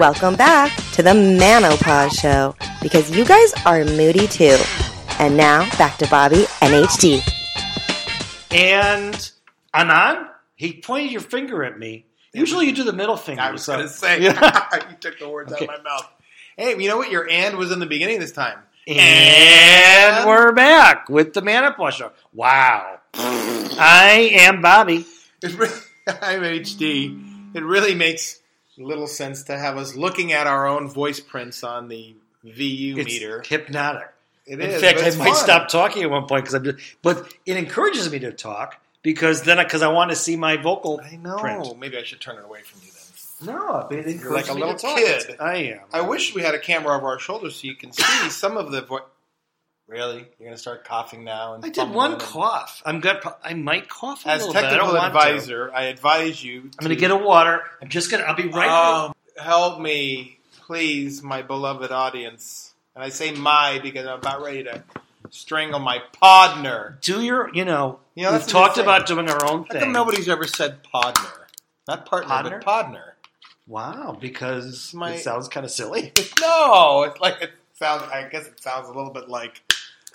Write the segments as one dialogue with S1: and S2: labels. S1: Welcome back to the Manopause Show because you guys are moody too. And now back to Bobby and HD.
S2: And Anand, he pointed your finger at me. Usually you do the middle finger.
S3: I was
S2: so-
S3: going to say,
S2: Yeah.
S3: you took the words
S2: Okay.
S3: out of my mouth. Hey, you know what? Your and was in the beginning this time.
S2: And we're back with the Manopause Show. Wow. I am Bobby.
S3: It re- I'm HD. It really makes little sense to have us looking at our own voice prints on the VU
S2: It's
S3: meter.
S2: hypnotic.
S3: It
S2: In
S3: is,
S2: fact,
S3: but
S2: I
S3: it's
S2: might
S3: fun.
S2: stop talking at one point because I'm. Just, but it encourages me to talk because then because I, want to see my vocal.
S3: I know.
S2: print.
S3: Maybe I should turn it away from you then.
S2: No, it encourages
S3: You're like a
S2: me
S3: little
S2: to talk.
S3: kid.
S2: I am.
S3: I wish we had a camera over our shoulders so you can see some of the voice. Really? You're going to start coughing now? And
S2: I did one
S3: fumbling and-
S2: cough. I'm got. I might cough a
S3: As
S2: little bit. I
S3: technical
S2: don't want to.
S3: advisor, I advise you.
S2: I'm going to get a water. I'm just going to. I'll be right.
S3: Um, help me, please, my beloved audience. And I say my because I'm about ready to strangle my podner.
S2: do your. You know.
S3: You know,
S2: we've
S3: that's what
S2: talked
S3: they say.
S2: about doing our own
S3: How
S2: thing.
S3: come nobody's ever said podner? Not partner, but podner.
S2: wow, because
S3: My-
S2: it sounds kind of silly.
S3: No, it's like it sounds. I guess it sounds a little bit like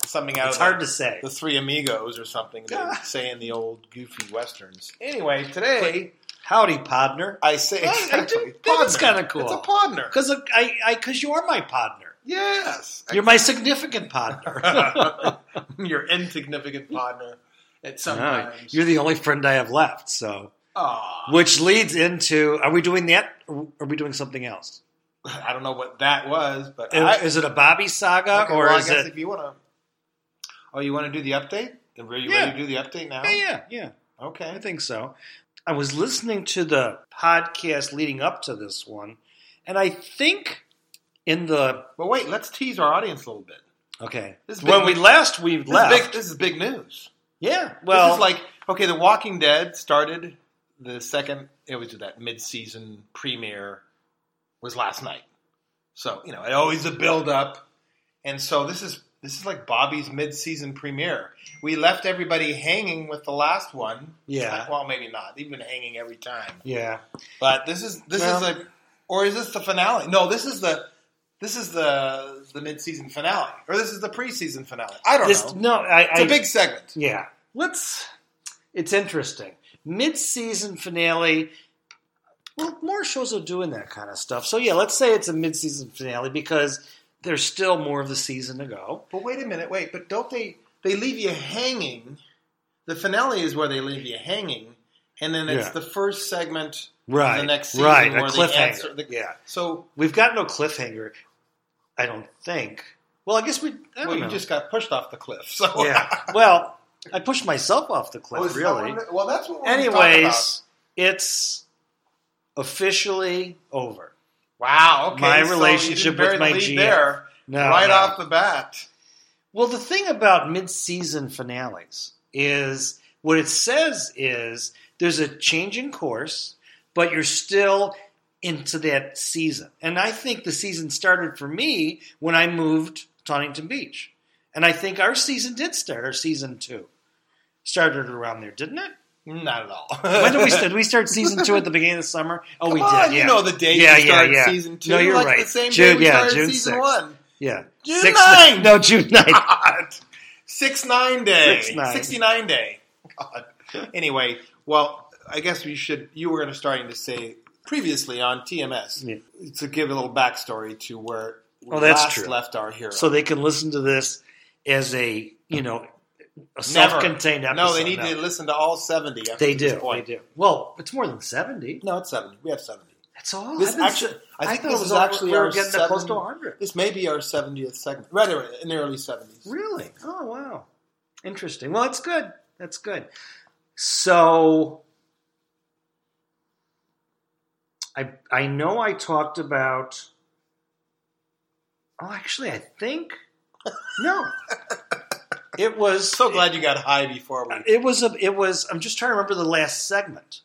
S3: something out
S2: It's
S3: of
S2: hard
S3: the,
S2: to say.
S3: the Three Amigos or something they say in the old goofy westerns. Anyway, today
S2: Howdy, Podner.
S3: I say
S2: I- I do-
S3: exactly.
S2: that is
S3: podner.
S2: kinda cool.
S3: It's a podner.
S2: Because I, I, because you are my Podner.
S3: Yes,
S2: You're my significant Podner.
S3: your insignificant partner at some
S2: No,
S3: time.
S2: you're the only friend I have left. So,
S3: Aw.
S2: which leads into: Are we doing that? Or are we doing something else?
S3: I don't know what that was, but
S2: Is,
S3: I,
S2: is it a Bobby saga,
S3: okay,
S2: or
S3: well, I
S2: is
S3: guess
S2: it?
S3: if you want to, oh, you want to do the update? Are you
S2: Yeah.
S3: ready to do the update now?
S2: Yeah, Oh, yeah, yeah. I
S3: Okay.
S2: think so. I was listening to the podcast leading up to this one, and I think in the
S3: But wait, let's tease our audience a little bit.
S2: okay
S3: This is
S2: when we
S3: big-
S2: last we
S3: This
S2: left,
S3: is big. This is big news.
S2: yeah. Well,
S3: this is like okay, The Walking Dead started the second. It was that mid-season premiere was last night, so you know it always a build-up, and so this is this is like Bobby's mid-season premiere. We left everybody hanging with the last one.
S2: Yeah.
S3: well, maybe not. They've been hanging every time,
S2: yeah,
S3: but this is this
S2: Well-
S3: is a or is this the finale? No, this is the. This is the the mid season finale, or this is the preseason finale. I don't
S2: this,
S3: know.
S2: no, I,
S3: It's
S2: I
S3: a big segment.
S2: Yeah. Let's. It's interesting. Mid season finale. Well, more shows are doing that kind of stuff. So, yeah, let's say it's a mid season finale because there's still more of the season to go.
S3: But wait a minute, wait. But don't they? They leave you hanging. The finale is where they leave you hanging, and then it's
S2: Yeah.
S3: the first segment.
S2: Right.
S3: The next season
S2: right.
S3: where
S2: a
S3: they
S2: cliffhanger.
S3: answer the-
S2: yeah.
S3: So
S2: We've got no cliffhanger, I don't think. Well, I guess we. I don't
S3: well,
S2: know.
S3: you just got pushed off the cliff. So
S2: Yeah. well, I pushed myself off the
S3: Oh,
S2: cliff,
S3: is that
S2: really.
S3: what it- well, that's what. We're gonna talk about.
S2: Anyways, it's officially over.
S3: wow. Okay,
S2: my
S3: so you didn't
S2: relationship
S3: bury
S2: with
S3: the
S2: my
S3: lead
S2: GM.
S3: there
S2: No,
S3: right
S2: no.
S3: off the bat.
S2: Well, the thing about mid-season finales is what it says is there's a change in course, but you're still into that season. And I think the season started for me when I moved to Huntington Beach. And I think our season did start, our season two. Started around there, didn't it?
S3: Not at all.
S2: When did we start? Did we start season two at the beginning of the summer? Oh,
S3: Come
S2: we
S3: on,
S2: did.
S3: You
S2: Yeah,
S3: know the date
S2: Yeah,
S3: we
S2: yeah,
S3: started
S2: yeah.
S3: season two.
S2: No, you're
S3: like
S2: right.
S3: The same day
S2: June-
S3: we
S2: yeah,
S3: started
S2: June
S3: season
S2: 6th.
S3: one.
S2: yeah.
S3: June
S2: Six-
S3: nine!
S2: No, June 9th.
S3: God. Six nine day.
S2: Six nine.
S3: 69 day. God. Anyway, well, I guess we should. You were going to starting to say previously on TMS
S2: Yeah.
S3: to give a little backstory to where we
S2: Oh, that's
S3: last
S2: true.
S3: left our hero.
S2: so they can listen to this as a you know a
S3: Never.
S2: self-contained episode.
S3: No, they need to
S2: No.
S3: listen to all seventy. After
S2: They
S3: this
S2: do. They
S3: Point.
S2: do. Well, it's more than seventy.
S3: No, it's seventy. We have seventy.
S2: That's all.
S3: This
S2: I've been
S3: actually-
S2: s-
S3: I think
S2: thought
S3: this
S2: it
S3: is
S2: all-
S3: actually
S2: we were
S3: our
S2: getting
S3: seven-
S2: close to hundred.
S3: This may be our seventieth segment, rather in the early seventies.
S2: Really? Oh wow, interesting. Well, it's good. That's good. So. I, I know I talked about. Oh, actually, I think no. it was Uh,
S3: So glad you got high before we.
S2: It was a. It was. I'm just trying to remember the last segment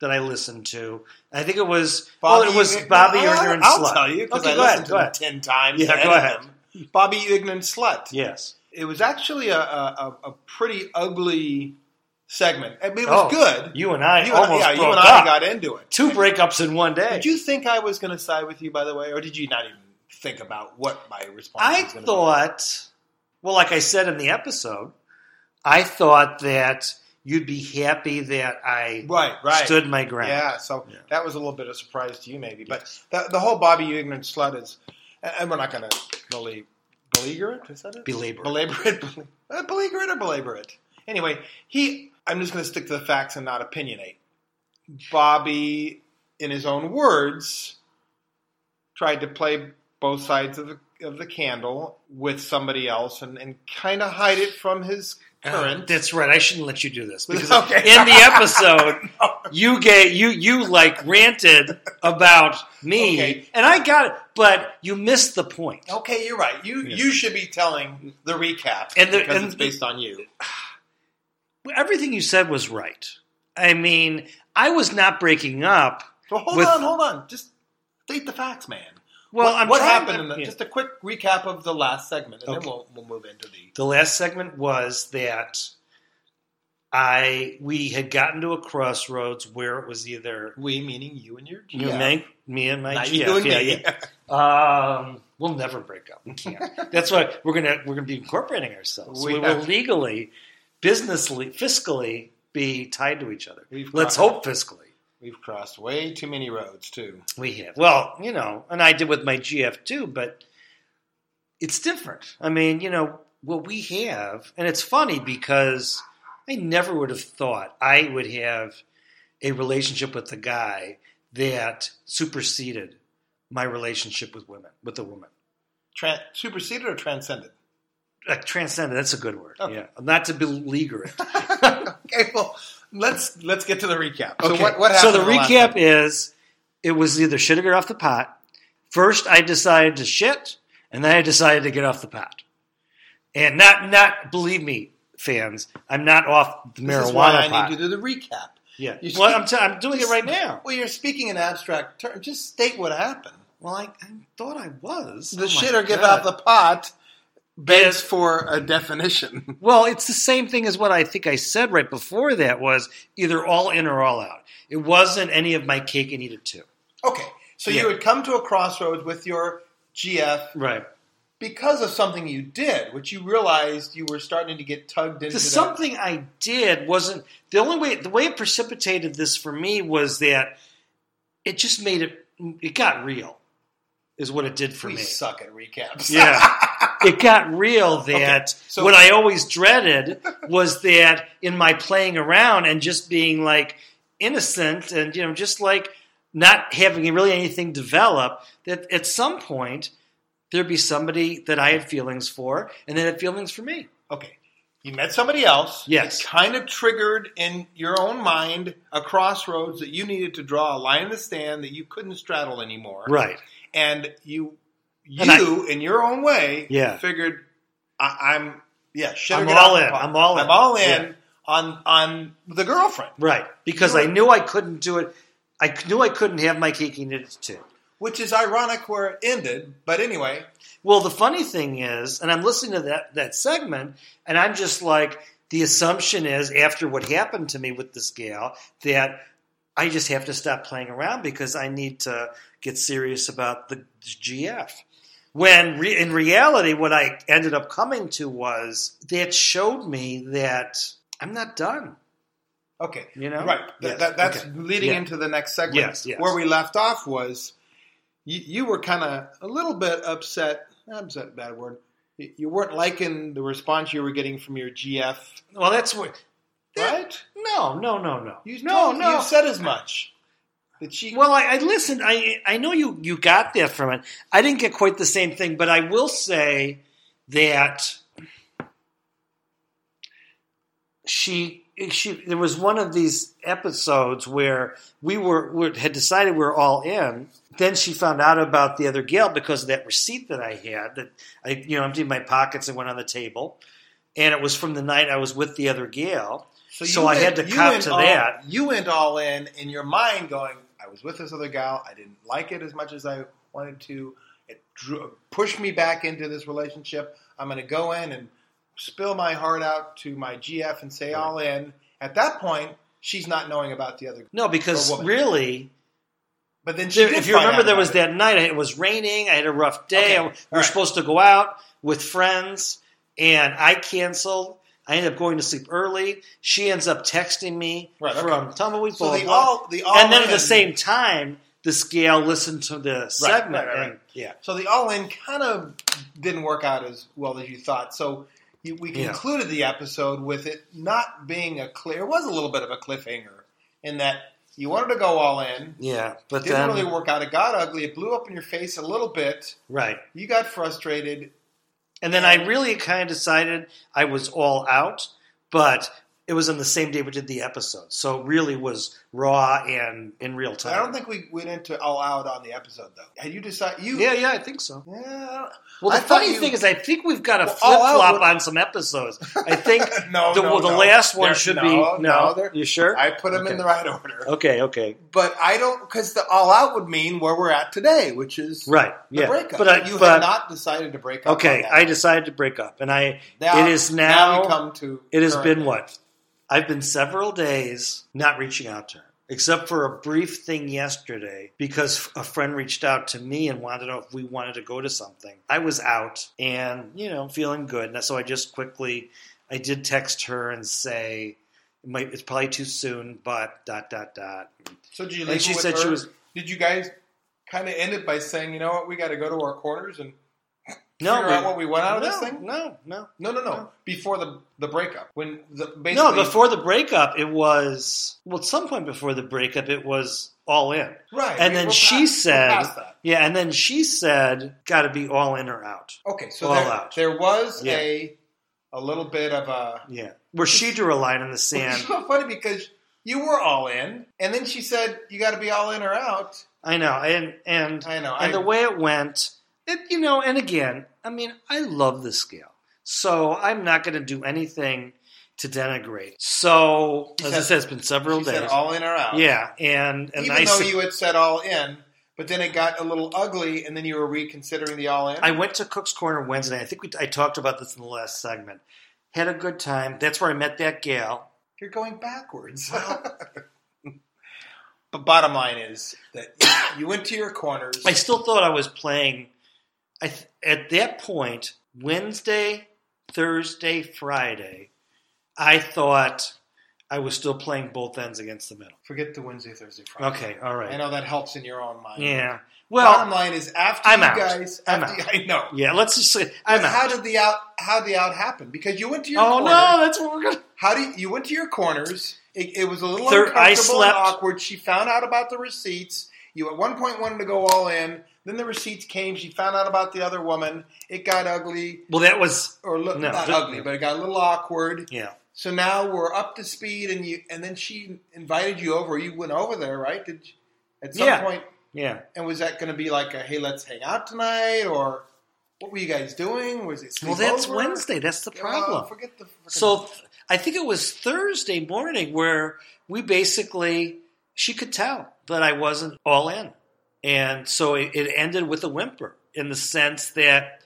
S2: that I listened to. I think it was. Bobby, it was
S3: Ign-
S2: Bobby
S3: Well,
S2: Erner and
S3: I'll
S2: Slut.
S3: tell you because
S2: Okay,
S3: I
S2: go
S3: listened
S2: ahead,
S3: to
S2: go
S3: them
S2: ahead.
S3: ten times.
S2: Yeah,
S3: to
S2: go
S3: edit
S2: ahead.
S3: them. Bobby Ignan Slut.
S2: Yes.
S3: It was actually a, a, a- a pretty ugly segment. I mean, it was
S2: Oh,
S3: good.
S2: You and I
S3: You and I-
S2: almost
S3: yeah, you
S2: broke
S3: and I
S2: up.
S3: got into it.
S2: Two breakups in one day.
S3: Did you think I was going to side with you, by the way, or did you not even think about what my response?
S2: I
S3: was gonna
S2: thought, well, like I said in the episode, I thought that you'd be happy that I
S3: be? right, right,
S2: stood my ground.
S3: yeah. So
S2: Yeah.
S3: that was a little bit of a surprise to you, maybe. But the, the whole Bobby, you ignorant slut is, and- and we're not going to believe belligerent. Is that it?
S2: Belabor.
S3: Belabor it. Bel- uh, Belabor it or belabor it. Anyway, he. I'm just going to stick to the facts and not opinionate. Bobby, in his own words, tried to play both sides of the of the candle with somebody else and, and kind of hide it from his
S2: Uh,
S3: current.
S2: that's right. I shouldn't let you do this because
S3: Okay.
S2: in the episode you gave you you like ranted about me,
S3: Okay.
S2: and I got it, but you missed the point.
S3: Okay, you're right. You
S2: Yeah.
S3: you should be telling the recap
S2: And the-
S3: because
S2: and
S3: it's based on you.
S2: Everything you said was right. I mean, I was not breaking up.
S3: Well, hold
S2: With-
S3: on, hold on. Just state the facts, man.
S2: Well,
S3: what,
S2: I'm
S3: what
S2: trying
S3: happened?
S2: to-
S3: in the,
S2: yeah.
S3: Just a quick recap of the last segment, and
S2: Okay.
S3: then we'll we'll move into the.
S2: the last segment was that I we had gotten to a crossroads where it was either
S3: We meaning you and your
S2: you
S3: GF.
S2: and me and my
S3: Not
S2: GF,
S3: you and
S2: yeah,
S3: me.
S2: yeah. Um, we'll never break up. We can't. That's why we're gonna we're gonna be incorporating ourselves.
S3: We
S2: We, will
S3: have-
S2: legally, businessly, fiscally be tied to each other.
S3: We've
S2: Let's
S3: crossed-
S2: hope fiscally.
S3: We've crossed way too many roads too.
S2: We have. Well, you know, and I did with my GF too, but it's different. I mean, you know, what we have, and it's funny because I never would have thought I would have a relationship with a guy that superseded my relationship with women, with a woman.
S3: Tran- superseded or transcended?
S2: Like transcended, that's a good word.
S3: Okay.
S2: Yeah. Not to beleaguer it.
S3: okay, well let's let's get to the recap. So
S2: Okay.
S3: what what
S2: So
S3: happened?
S2: the
S3: in last
S2: recap
S3: segment?
S2: is it was either shitting or off the pot. First, I decided to shit, and then I decided to get off the pot. And not not believe me, fans, I'm not off the
S3: This
S2: marijuana
S3: is why I
S2: pot.
S3: need to do the recap.
S2: yeah,
S3: you
S2: well,
S3: speak-
S2: I'm, t- I'm doing it right now.
S3: Well, you're speaking in abstract terms. Just state what happened.
S2: Well, I, I thought I was
S3: The
S2: Oh my
S3: shit or get
S2: God.
S3: out the pot begs
S2: Yes.
S3: for a definition.
S2: Well, it's the same thing as what I think I said right before that was either all in or all out. It wasn't any of my cake and eat it too.
S3: Okay, so
S2: Yeah.
S3: you had come to a crossroads with your GF
S2: Right.
S3: because of something you did, which you realized you were starting to get tugged into.
S2: the
S3: that-
S2: something I did wasn't the only way. The way it precipitated this for me was that it just made it. It got real, is what it did for
S3: we
S2: me.
S3: suck at recaps.
S2: Yeah, it got real that
S3: so-
S2: what I always dreaded was that in my playing around and just being like innocent and you know just like not having really anything develop that at some point there'd be somebody that I had feelings for and they had feelings for me.
S3: okay, you met somebody else.
S2: Yes.
S3: It kind of triggered in your own mind a crossroads that you needed to draw a line in the sand that you couldn't straddle anymore.
S2: Right.
S3: and you, you
S2: And I-
S3: in your own way,
S2: Yeah.
S3: figured I, I'm yeah, shit or
S2: I'm
S3: get
S2: all
S3: out the
S2: in.
S3: pot.
S2: I'm all in.
S3: I'm all in
S2: Yeah.
S3: on on the girlfriend.
S2: Right, because I knew I couldn't do it. I knew I couldn't have my cake and eat it too.
S3: which is ironic where it ended. But anyway,
S2: Well, the funny thing is, and I'm listening to that that segment, and I'm just like, the assumption is after what happened to me with this gal that I just have to stop playing around because I need to get serious about the GF. When re- in reality, what I ended up coming to was that showed me that I'm not done.
S3: okay,
S2: You know?
S3: right? Th-
S2: Yes,
S3: that- that's
S2: okay.
S3: leading
S2: Yeah.
S3: into the next segment.
S2: Yes, yes.
S3: Where we left off was you, you were kind of a little bit upset. Upset, bad word. You you weren't liking the response you were getting from your GF,
S2: Well, that's what.
S3: right?
S2: No, no, no, no.
S3: You
S2: no,
S3: told-
S2: no.
S3: You said as much. That she.
S2: Well, I, I listened. I I know you you got that from it. I didn't get quite the same thing, but I will say that she she there was one of these episodes where we were, were had decided we were all in. Then she found out about the other gal because of that receipt that I had that I you know emptied my pockets and went on the table, and it was from the night I was with the other gal.
S3: you
S2: so I had to
S3: you
S2: cop
S3: went
S2: to
S3: all-
S2: that.
S3: You went all in in your mind, going, "I was with this other gal. I didn't like it as much as I wanted to. It drew, pushed me back into this relationship. I'm going to go in and spill my heart out to my GF and say all in." At that point, she's not knowing about the other.
S2: No, because
S3: Or woman.
S2: really,
S3: But then she
S2: there,
S3: did
S2: if you
S3: find
S2: remember,
S3: out
S2: there
S3: about
S2: was
S3: it.
S2: that night. It was raining. I had a rough day.
S3: Okay,
S2: I- we were
S3: alright.
S2: supposed to go out with friends, and I canceled. I ended up going to sleep early. She ends up texting me
S3: Right, okay.
S2: from Tumbleweed.
S3: So
S2: blah,
S3: the
S2: blah, blah.
S3: all the all
S2: and then at the
S3: in-
S2: same time, the scale listened to the segment.
S3: right, right.
S2: and- yeah.
S3: So the all in kind of didn't work out as well as you thought. So you, we
S2: Yeah.
S3: concluded the episode with it not being a clear. It was a little bit of a cliffhanger in that you wanted to go all in.
S2: Yeah, but
S3: Didn't
S2: then
S3: really work out. It got ugly. It blew up in your face a little bit.
S2: right,
S3: You got frustrated.
S2: and then I really kind of decided I was all out, but it was on the same day we did the episode, so it really was raw and in real time.
S3: I don't think we went into all out on the episode though. Had you decided you?
S2: Yeah, yeah, I think so.
S3: Yeah, I
S2: Well, the
S3: I thought
S2: funny
S3: you-
S2: thing is, I think we've got a
S3: Well,
S2: flip
S3: all out
S2: flop
S3: would-
S2: on some episodes. I think
S3: don't- no,
S2: the,
S3: Oh, no,
S2: the
S3: no.
S2: last one
S3: There-
S2: should
S3: no,
S2: be no.
S3: no, there-
S2: you sure?
S3: I put them
S2: Okay.
S3: in the right order.
S2: okay, okay,
S3: But I don't because the all out would mean where we're at today, which is
S2: right,
S3: the
S2: yeah.
S3: breakup.
S2: But I,
S3: you
S2: but,
S3: have not decided to break up.
S2: okay,
S3: on that.
S2: I decided to break up, and I
S3: Now-
S2: it is
S3: we
S2: now.
S3: come to
S2: it has
S3: current
S2: been
S3: day.
S2: what? I've been several days not reaching out to her, except for a brief thing yesterday because a friend reached out to me and wanted to know if we wanted to go to something. I was out and, you know, feeling good. And so I just quickly, I did text her and say, it might, it's probably too soon, but dot, dot, dot.
S3: So did you leave
S2: And she
S3: it with
S2: said she
S3: her?
S2: was,
S3: Did you guys kind of end it by saying, you know what, we got to go to our corners and
S2: no,
S3: figure out what we want out of
S2: no,
S3: this thing?
S2: no, no.
S3: No, no, no. Before the the breakup, when the basically
S2: No, before the breakup, it was, well, at some point before the breakup, it was all in.
S3: right,
S2: and
S3: we-
S2: then
S3: we're
S2: she
S3: past- we're
S2: said-
S3: past that.
S2: Yeah, and then she said, "Got to be all in or out."
S3: okay, so
S2: All
S3: there,
S2: out.
S3: there was
S2: Yeah.
S3: a a little bit of a
S2: Yeah, where she drew a line in the sand.
S3: It's so funny because you were all in, and then she said you got to be all in or out.
S2: I know, and and
S3: I know. I,
S2: and the way it went, it you know, and again, I mean, I love the scale, so I'm not going to do anything to denigrate. So
S3: She
S2: as I
S3: said-
S2: said, it's been several
S3: she
S2: days.
S3: said all in or out.
S2: yeah, and and
S3: Even
S2: I
S3: though
S2: said,
S3: you had said all in, but then it got a little ugly, and then you were reconsidering the all in.
S2: I went to Cook's Corner Wednesday. I think we I talked about this in the last segment. Had a good time. That's where I met that gal.
S3: You're going backwards. but bottom line is that you went to your corners.
S2: I still thought I was playing. I th- at that point, Wednesday, Thursday, Friday, I thought I was still playing both ends against the middle.
S3: Forget the Wednesday, Thursday, Friday.
S2: Okay, all
S3: I
S2: right,
S3: know that helps in your own mind.
S2: yeah. Well,
S3: bottom line is after
S2: I'm
S3: you
S2: out.
S3: guys,
S2: I'm
S3: after, I know.
S2: yeah. Let's just say I'm
S3: How
S2: out.
S3: did the out? How the out happen? Because you went to your
S2: Oh
S3: corner.
S2: no, that's what we're gonna.
S3: How do you, you went to your corners? It, it was a little
S2: Thir-
S3: uncomfortable
S2: I slept-
S3: and awkward. She found out about the receipts. You at one point wanted to go all in. Then the receipts came. She found out about the other woman. It got ugly,
S2: Well, that was
S3: or li-
S2: No,
S3: not
S2: th-
S3: ugly, but it got a little awkward.
S2: yeah.
S3: So now we're up to speed, and you and then she invited you over. You went over there, right? Did you- at some
S2: Yeah.
S3: point?
S2: Yeah,
S3: And was that going to be like a hey, let's hang out tonight, or what were you guys doing? Was it
S2: well, that's
S3: sleepover?
S2: Wednesday. That's the
S3: Yeah,
S2: problem.
S3: well, forget the frickin-
S2: So th- I think it was Thursday morning where we basically she could tell that I wasn't all in, and so it, it ended with a whimper in the sense that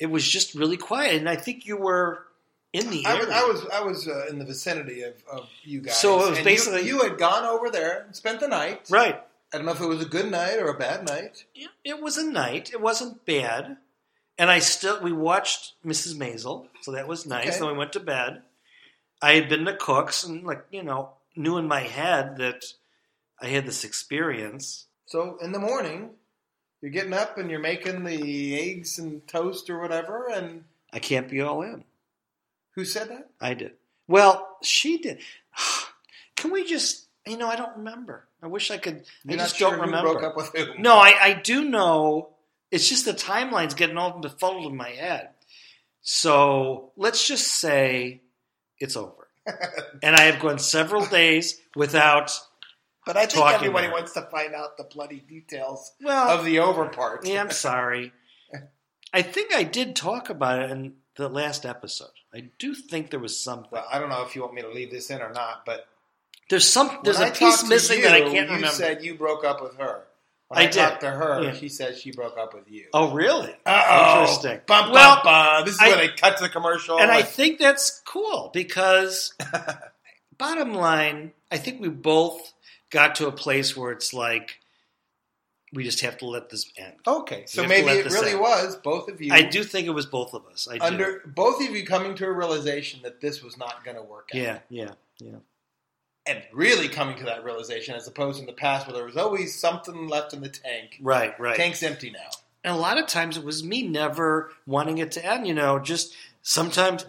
S2: it was just really quiet. And I think you were in the
S3: I was,
S2: area.
S3: I was I was uh, in the vicinity of, of you guys.
S2: So it was
S3: and
S2: basically-
S3: you, you had gone over there and spent the night.
S2: right.
S3: I don't know if it was a good night or a bad night.
S2: It, it was a night. It wasn't bad, and I still we watched Mrs. Maisel, so that was nice.
S3: Okay.
S2: Then we went to bed. I had been to Cooks and like you know knew in my head that I had this experience.
S3: So in the morning, you're getting up and you're making the eggs and toast or whatever. And
S2: I can't be all in.
S3: who said that?
S2: I did. Well, she did. Can we just? You know, I don't remember. I wish I could.
S3: You're
S2: I
S3: not
S2: just
S3: sure
S2: don't
S3: who
S2: remember.
S3: broke up with who?
S2: No, I, I do know. It's just the timeline's getting all befuddled in my head. So let's just say it's over. and I have gone several days without.
S3: but I think
S2: Talking
S3: everybody
S2: about it.
S3: wants to find out the bloody details
S2: Well,
S3: of the over part.
S2: yeah, I'm sorry. I think I did talk about it in the last episode. I do think there was something.
S3: Well, I don't know if you want me to leave this in or not, but
S2: There's some. There's
S3: when
S2: a
S3: I
S2: piece
S3: talked to
S2: missing
S3: you,
S2: that I can't
S3: you
S2: remember.
S3: said you broke up with her. When
S2: I
S3: I,
S2: did.
S3: talked to her,
S2: Yeah.
S3: she said she broke up with you.
S2: oh, really?
S3: Uh-oh.
S2: Interesting.
S3: Bum,
S2: Well,
S3: bum, bum. This is
S2: I-
S3: where they cut to the commercial.
S2: and I
S3: like,
S2: think that's cool because bottom line, I think we both got to a place where it's like we just have to let this end.
S3: Okay, so
S2: have to
S3: maybe
S2: let
S3: it
S2: this
S3: really
S2: out.
S3: was both of you.
S2: I do think it was both of us. I do.
S3: under both of you coming to a realization that this was not going to work out.
S2: yeah, yeah,
S3: and really coming to that realization, as opposed in the past where there was always something left in the tank.
S2: right, right.
S3: Tank's empty now.
S2: And a lot of times it was me never wanting it to end, you know, just sometimes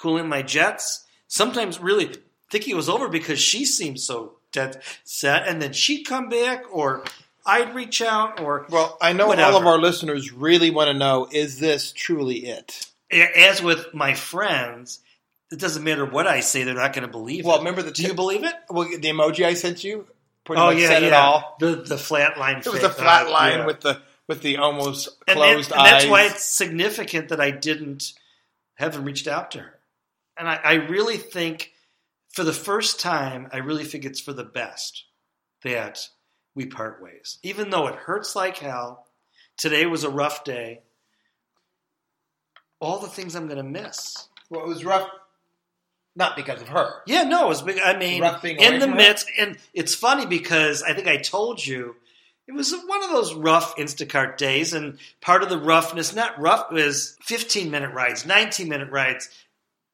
S2: cooling my jets, sometimes really thinking it was over because she seemed so dead set. And then she'd come back, or I'd reach out, or
S3: Well, I know all of
S2: Whatever.
S3: our listeners really want to know: is this truly it?
S2: a- as with my friends, it doesn't matter what I say, they're not going to believe
S3: Well,
S2: it.
S3: remember the
S2: Do you believe it?
S3: well the emoji I sent you? Pretty
S2: Oh
S3: much
S2: yeah,
S3: said
S2: yeah.
S3: it all.
S2: The the flat line.
S3: It was
S2: fake,
S3: a flat
S2: uh,
S3: line
S2: yeah.
S3: with the with the almost
S2: and,
S3: closed
S2: and- and that's
S3: eyes.
S2: why it's significant that I didn't haven't reached out to her. And I, I really think for the first time, I really think it's for the best that we part ways. Even though it hurts like hell, today was a rough day. All the things I'm going to miss.
S3: well, it was rough, not because of her.
S2: Yeah, no, it's big. I mean,
S3: Rough being away
S2: in the
S3: from her?
S2: midst, and it's funny because I think I told you it was one of those rough Instacart days, and part of the roughness, not rough, was 15 minute rides, 19 minute rides.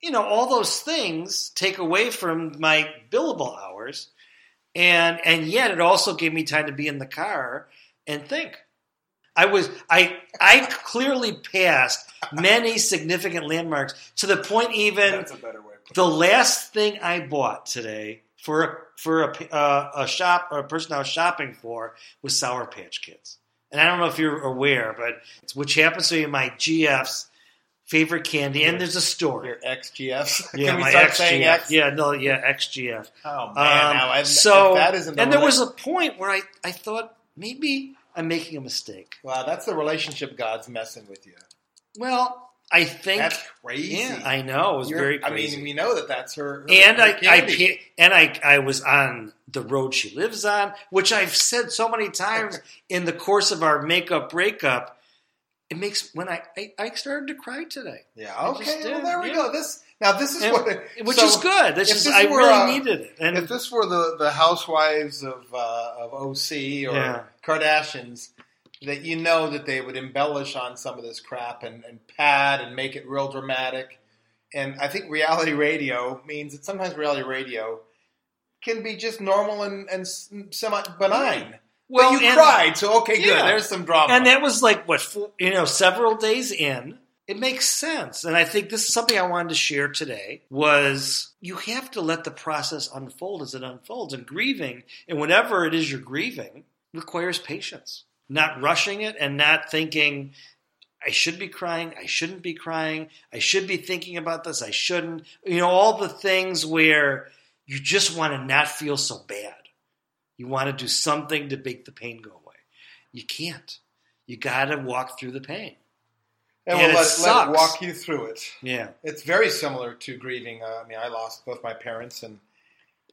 S2: You know, all those things take away from my billable hours, and and yet it also gave me time to be in the car and think. I was I I clearly passed many significant landmarks to the point even
S3: a better way. Of
S2: the last thing I bought today for a, for a, uh, a shop or a person I was shopping for was Sour Patch Kids, and I don't know if you're aware, but it's, which happens to be my GF's favorite candy, and there's a
S3: putting
S2: story.
S3: it. your XGFs.
S2: Yeah,
S3: Can we
S2: my
S3: start
S2: XGF.
S3: saying X?
S2: Yeah, no, yeah, XGF.
S3: Oh man,
S2: Um,
S3: now I've,
S2: so
S3: if that isn't the
S2: and there
S3: rela-
S2: was a point where I, I thought maybe I'm making a mistake.
S3: wow. That's the relationship gods messing with you.
S2: Well, I think
S3: That's crazy.
S2: yeah, I know it was
S3: You're-
S2: very.
S3: I
S2: Crazy.
S3: mean, we know that that's her. her
S2: and
S3: her
S2: I, I
S3: candy.
S2: pa- and I, I was on the road she lives on, which I've said so many times in the course of our makeup breakup. It makes when I I, I started to cry today,
S3: Yeah.
S2: I just
S3: Okay. Well,
S2: did,
S3: there we
S2: yeah.
S3: go. This now. This is
S2: And-
S3: what.
S2: which
S3: so
S2: is good. This
S3: if
S2: is
S3: this
S2: I
S3: were,
S2: really
S3: uh,
S2: needed it, and
S3: If this were the, the housewives of uh, of OC or
S2: Yeah.
S3: Kardashians, that you know that they would embellish on some of this crap and, and pad and make it real dramatic. And I think reality radio means that sometimes reality radio can be just normal and, and semi benign. but you
S2: and-
S3: cried, so okay, good.
S2: Yeah.
S3: There's some drama.
S2: And that was like what four, you know, several days in. It makes sense, and I think this is something I wanted to share today. Was you have to let the process unfold as it unfolds, and grieving, and whatever it is you're grieving, requires patience. Not rushing it, and not thinking I should be crying. I shouldn't be crying. I should be thinking about this. I shouldn't. You know, all the things where you just want to not feel so bad. You want to do something to make the pain go away. You can't. You got to walk through the pain. and
S3: and we'll
S2: it
S3: let, let
S2: sucks.
S3: it walk you through it.
S2: Yeah.
S3: it's very similar to grieving. Uh, I mean, I lost both my parents, and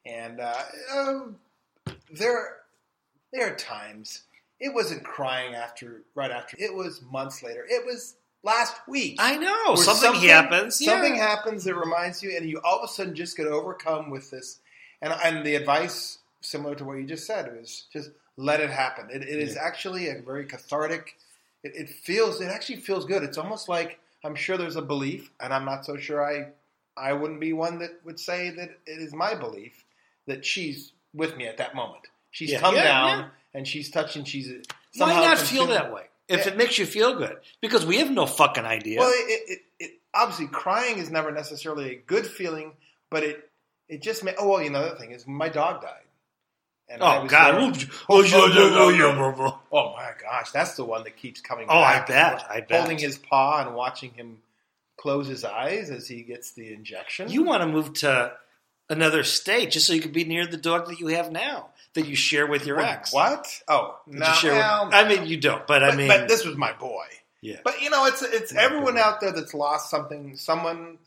S3: and uh, um, there there are times it wasn't crying after right after it was months later. It was last week.
S2: I know.
S3: Where
S2: Oh, Something, happens.
S3: Something
S2: yeah.
S3: happens that reminds you, and you all of a sudden just get overcome with this. And and the advice similar to what you just said is just let it happen. It, it is actually a very cathartic. It, it feels. It actually feels good. It's almost like I'm sure there's a belief, and I'm not so sure I I wouldn't be one that would say that it is my belief that she's with me at that moment. She's
S2: Yeah.
S3: come
S2: Yeah,
S3: down
S2: yeah.
S3: and she's touched, and she's
S2: Why
S3: somehow
S2: not
S3: consumed-
S2: feel that way? If
S3: Yeah.
S2: it makes you feel good, because we have no fucking idea.
S3: Well, it, it, it, it obviously crying is never necessarily a good feeling, but it it just may, oh well. You know, the other thing is my dog died. And I
S2: oh
S3: was
S2: God!
S3: there-
S2: Oh,
S3: oh,
S2: yeah.
S3: oh my gosh, that's the one that keeps coming.
S2: Oh, I
S3: back.
S2: bet. I bet.
S3: Holding his paw and watching him close his eyes as he gets the injection.
S2: You want to move to another state just so you can be near the dog that you have now that you share with your
S3: Wait,
S2: ex.
S3: what? Oh,
S2: That you
S3: no,
S2: share with-
S3: well,
S2: I mean, you don't, but, I
S3: but-
S2: mean,
S3: but this was my boy.
S2: yeah.
S3: But you know, it's it's
S2: Yeah,
S3: everyone
S2: yeah.
S3: out there that's lost something, someone,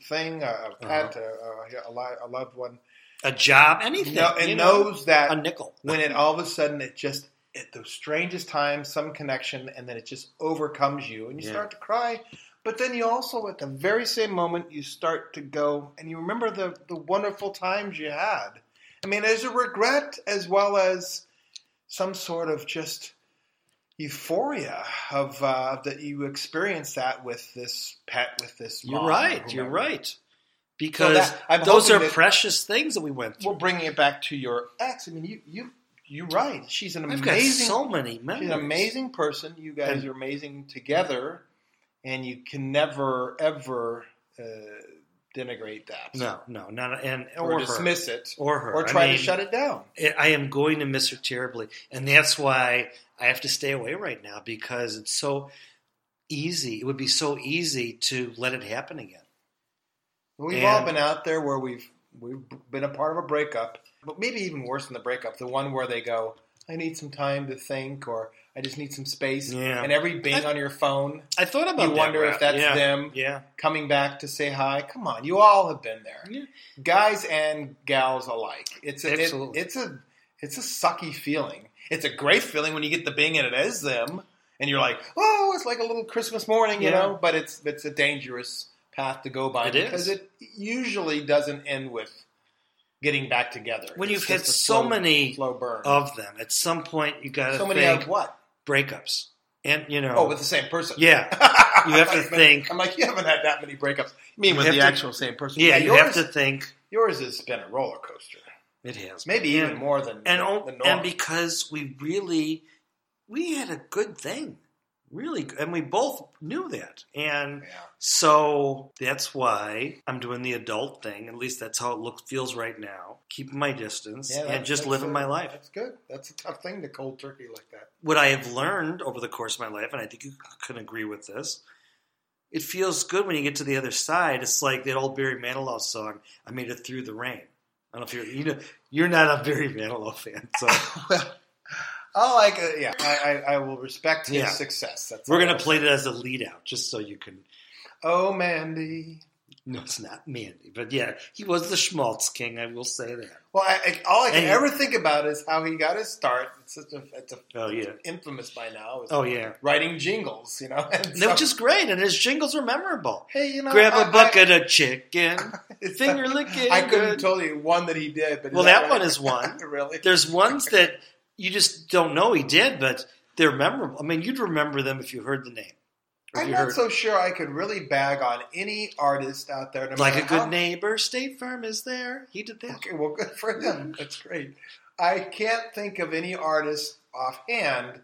S3: something,
S2: Uh-huh.
S3: a, a pet, a, a, a, li- a loved one.
S2: a job, anything,
S3: No, and
S2: you know,
S3: knows that
S2: a nickel.
S3: when it all of a sudden it just at the strangest time some connection and then it just overcomes you and you
S2: Yeah.
S3: start to cry But then you also, at the very same moment, you start to go and you remember the, the wonderful times you had. I mean, there's a regret as well as some sort of just euphoria of uh, that you experience that with this pet, with this.
S2: You're
S3: mom or
S2: right. You're
S3: whomever.
S2: right. Because
S3: that- I'm
S2: those are
S3: hoping that-
S2: precious things that we went through.
S3: Well, bringing it back to your ex, I mean, you you you're right. She's an
S2: I've got
S3: amazing
S2: so many memories.
S3: She's an amazing person. You guys
S2: And-
S3: are amazing together, and you can never ever uh, denigrate that.
S2: No, no, not and
S3: or,
S2: or, her,
S3: dismiss it,
S2: or her,
S3: or
S2: I
S3: try
S2: mean,
S3: to shut it down.
S2: I- I am going to miss her terribly, and that's why I have to stay away right now because it's so easy. It would be so easy to let it happen again.
S3: We've
S2: And-
S3: all been out there where we've we've been a part of a breakup, but maybe even worse than the breakup, the one where they go, "I need some time to think," or "I just need some space,"
S2: Yeah.
S3: and every bing on your phone
S2: I thought about.
S3: You
S2: that
S3: wonder if
S2: route.
S3: that's
S2: Yeah,
S3: them.
S2: Yeah,
S3: coming back to say hi. Come on, you all have been there,
S2: Yeah.
S3: guys and gals alike. It's a, it-
S2: Absolutely.
S3: it's a it's a sucky feeling. It's a great feeling when you get the bing and it is them, and you're like, oh, it's like a little Christmas morning, you
S2: Yeah.
S3: know. But it's it's a dangerous path to go by
S2: It is.
S3: because it usually doesn't end with getting back together.
S2: When
S3: It's
S2: you've had
S3: just a
S2: so
S3: slow-
S2: many
S3: slow burn,
S2: of them. At some point, you got to
S3: so
S2: think
S3: many of what?
S2: breakups, and you know,
S3: Oh, with the same person.
S2: yeah,
S3: you
S2: have to think.
S3: I'm like, you haven't had that many breakups. You mean
S2: You
S3: with
S2: have
S3: the
S2: to-
S3: actual same person?
S2: yeah, you have
S3: yours-
S2: to think.
S3: Yours has been a roller coaster,
S2: It has
S3: maybe
S2: been.
S3: even more than
S2: and
S3: than
S2: o-
S3: normal.
S2: and because we really we had a good thing, really, good- and we both knew that, and
S3: yeah.
S2: So that's why I'm doing the adult thing. At least that's how it looks feels right now. Keeping my distance
S3: Yeah,
S2: and
S3: that-
S2: just
S3: that's
S2: living
S3: a-
S2: my life.
S3: That's good. That's a tough thing to cold turkey like that.
S2: What I have learned over the course of my life, and I think you can agree with this, it feels good when you get to the other side. It's like that old Barry Manilow song, "I Made It Through the Rain." I don't know if you're you know you're not a Barry Manilow fan, so
S3: well, I like it. Yeah, I, I, I will respect his
S2: Yeah.
S3: success. That's
S2: we're
S3: all
S2: gonna
S3: I'll
S2: play
S3: say.
S2: it as a lead out, just so you can.
S3: Oh, Mandy.
S2: No, it's not Mandy, but yeah, he was the schmaltz king. I will say that.
S3: Well, I, I, all I can
S2: And-
S3: ever think about is how he got his start. It's such a, it's a
S2: Oh yeah,
S3: infamous by now. Is
S2: oh yeah.
S3: writing jingles, you know, and
S2: And Which is great, and his jingles are memorable.
S3: hey, you know,
S2: Grab
S3: I-
S2: a bucket of chicken,
S3: I,
S2: finger licking.
S3: I couldn't
S2: good.
S3: tell you one that he did, but is
S2: Well, that
S3: right?
S2: one is one.
S3: really.
S2: There's ones that you just don't know he did, but they're memorable. I mean, you'd remember them if you heard the name. Or if
S3: I'm
S2: you
S3: not
S2: heard,
S3: so sure I could really bag on any artist out there. No
S2: like
S3: matter
S2: a good
S3: how-
S2: neighbor, State Farm is there. He did that.
S3: Okay, well, good for him. That's great. I can't think of any artist offhand,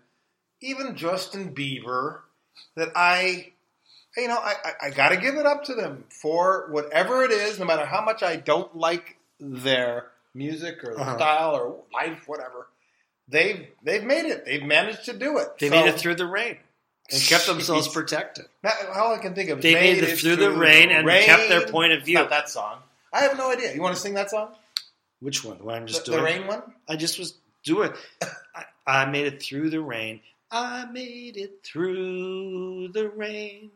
S3: even Justin Bieber, that I, you know, I, I, I got to give it up to them for whatever it is, no matter how much I don't like their music or their
S2: Uh-huh.
S3: style or life, whatever. They've they've made it. They've managed to do it.
S2: They
S3: So,
S2: made it through the rain and kept themselves
S3: Jeez.
S2: protected.
S3: Now, all I can think of. is
S2: They made it through the rain and kept their
S3: rain.
S2: point of
S3: It's
S2: view.
S3: Not that song. I have no idea. You want to sing that song?
S2: Which one? The one I'm just
S3: the, the
S2: doing.
S3: rain one.
S2: I just was doing. I, I made it through the rain. I made it through the rain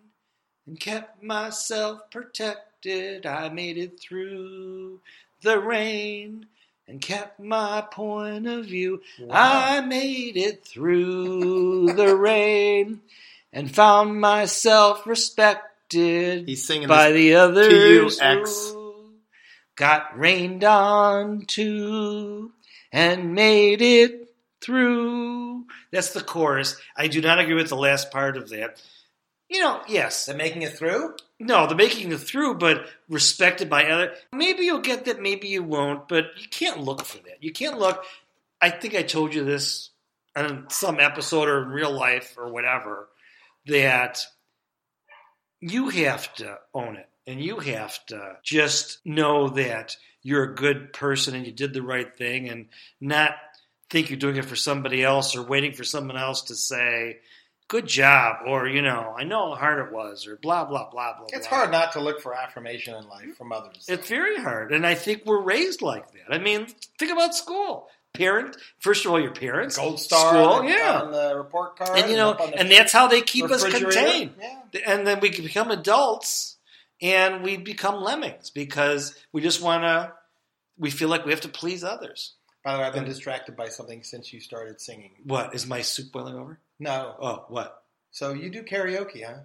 S2: and kept myself protected. I made it through the rain and kept my point of view. I made it through the rain and found myself respected
S3: He's singing
S2: by the others
S3: you,
S2: who
S3: X.
S2: got rained on too and made it through. That's the chorus. I do not agree with the last part of that. You know, yes,
S3: They're making it through.
S2: no, the making it through, but respected by other. Maybe you'll get that, maybe you won't, but you can't look for that. You can't look. I think I told you this on some episode or in real life or whatever that you have to own it and you have to just know that you're a good person and you did the right thing and not think you're doing it for somebody else or waiting for someone else to say good job or you know i know how hard it was or blah blah blah blah
S3: It's
S2: blah.
S3: hard not to look for affirmation in life from others.
S2: It's very hard. And I think we're raised like that. I mean, think about school. Parent, first of all, your parents.
S3: Gold star
S2: School,
S3: on, the,
S2: yeah.
S3: on the report card,
S2: And you know,
S3: up on the
S2: and that's how they keep us
S3: refrigerator.
S2: contained.
S3: Yeah.
S2: And then we can become adults and we become lemmings because we just want to, we feel like we have to please others.
S3: By the way, I've been distracted by something since you started singing.
S2: What? Is my soup boiling over?
S3: No,
S2: Oh, what?
S3: so you do karaoke, huh?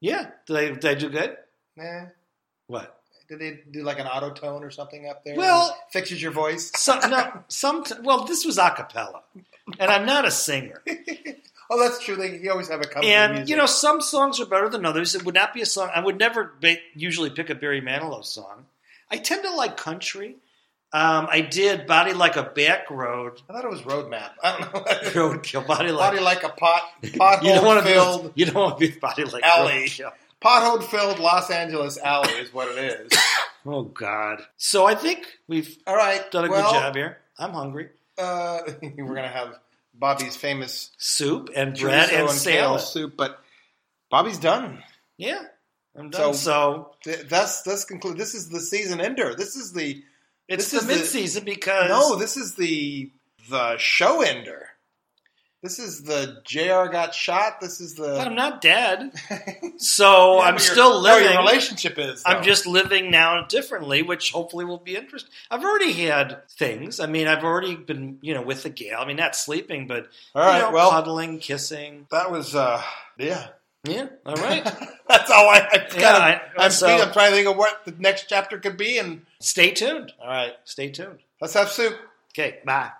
S2: Yeah. Did I, did I do good?
S3: Nah.
S2: What?
S3: Did they do like an auto tone or something up there?
S2: Well-
S3: that fixes your voice.
S2: Some, no, some, well, this was a cappella, and I'm not a singer.
S3: Oh, that's true. They you always have a cover.
S2: And
S3: music.
S2: you know, some songs are better than others. It would not be a song I would never ba- usually pick a Barry Manilow song. I tend to like country. Um, I did "Body Like a Back Road,"
S3: I thought it was Roadmap. I don't know.
S2: "Roadkill," "Body Like."
S3: Body like a pot, pothole
S2: you don't want to
S3: filled,
S2: be. You don't want to be "Body Like
S3: Alley.
S2: Roadkill.
S3: pothole filled Los Angeles alley is what it is.
S2: Oh God! So I think we've
S3: All right,
S2: done a
S3: well,
S2: good job here. I'm hungry.
S3: Uh, we're gonna have Bobby's famous
S2: Soup and bread
S3: chorizo
S2: and,
S3: kale
S2: salad.
S3: soup, but Bobby's done.
S2: Yeah, I'm done. So,
S3: So-
S2: so
S3: Th- That's that's conclude. This is the season ender. This is the
S2: it's
S3: this
S2: the
S3: is the-
S2: mid-season because
S3: no. This is the the show ender. This is the Jr. got shot. This is
S2: I'm
S3: the
S2: not dead. So
S3: Yeah,
S2: Oh, I'm
S3: but your-
S2: still
S3: no,
S2: living.
S3: Your relationship is.
S2: I'm
S3: though.
S2: just living now differently, which hopefully will be interesting. I've already had things. I mean, I've already been, you know, with the gal. I mean, not sleeping, but
S3: all right.
S2: you know,
S3: well,
S2: cuddling, kissing.
S3: that was uh, yeah.
S2: Yeah, all right.
S3: That's all I. I
S2: Yeah, I-
S3: am
S2: so-
S3: I'm trying to think of what the next chapter could be, and
S2: Stay tuned.
S3: all right,
S2: Stay tuned.
S3: let's have soup.
S2: Okay, bye.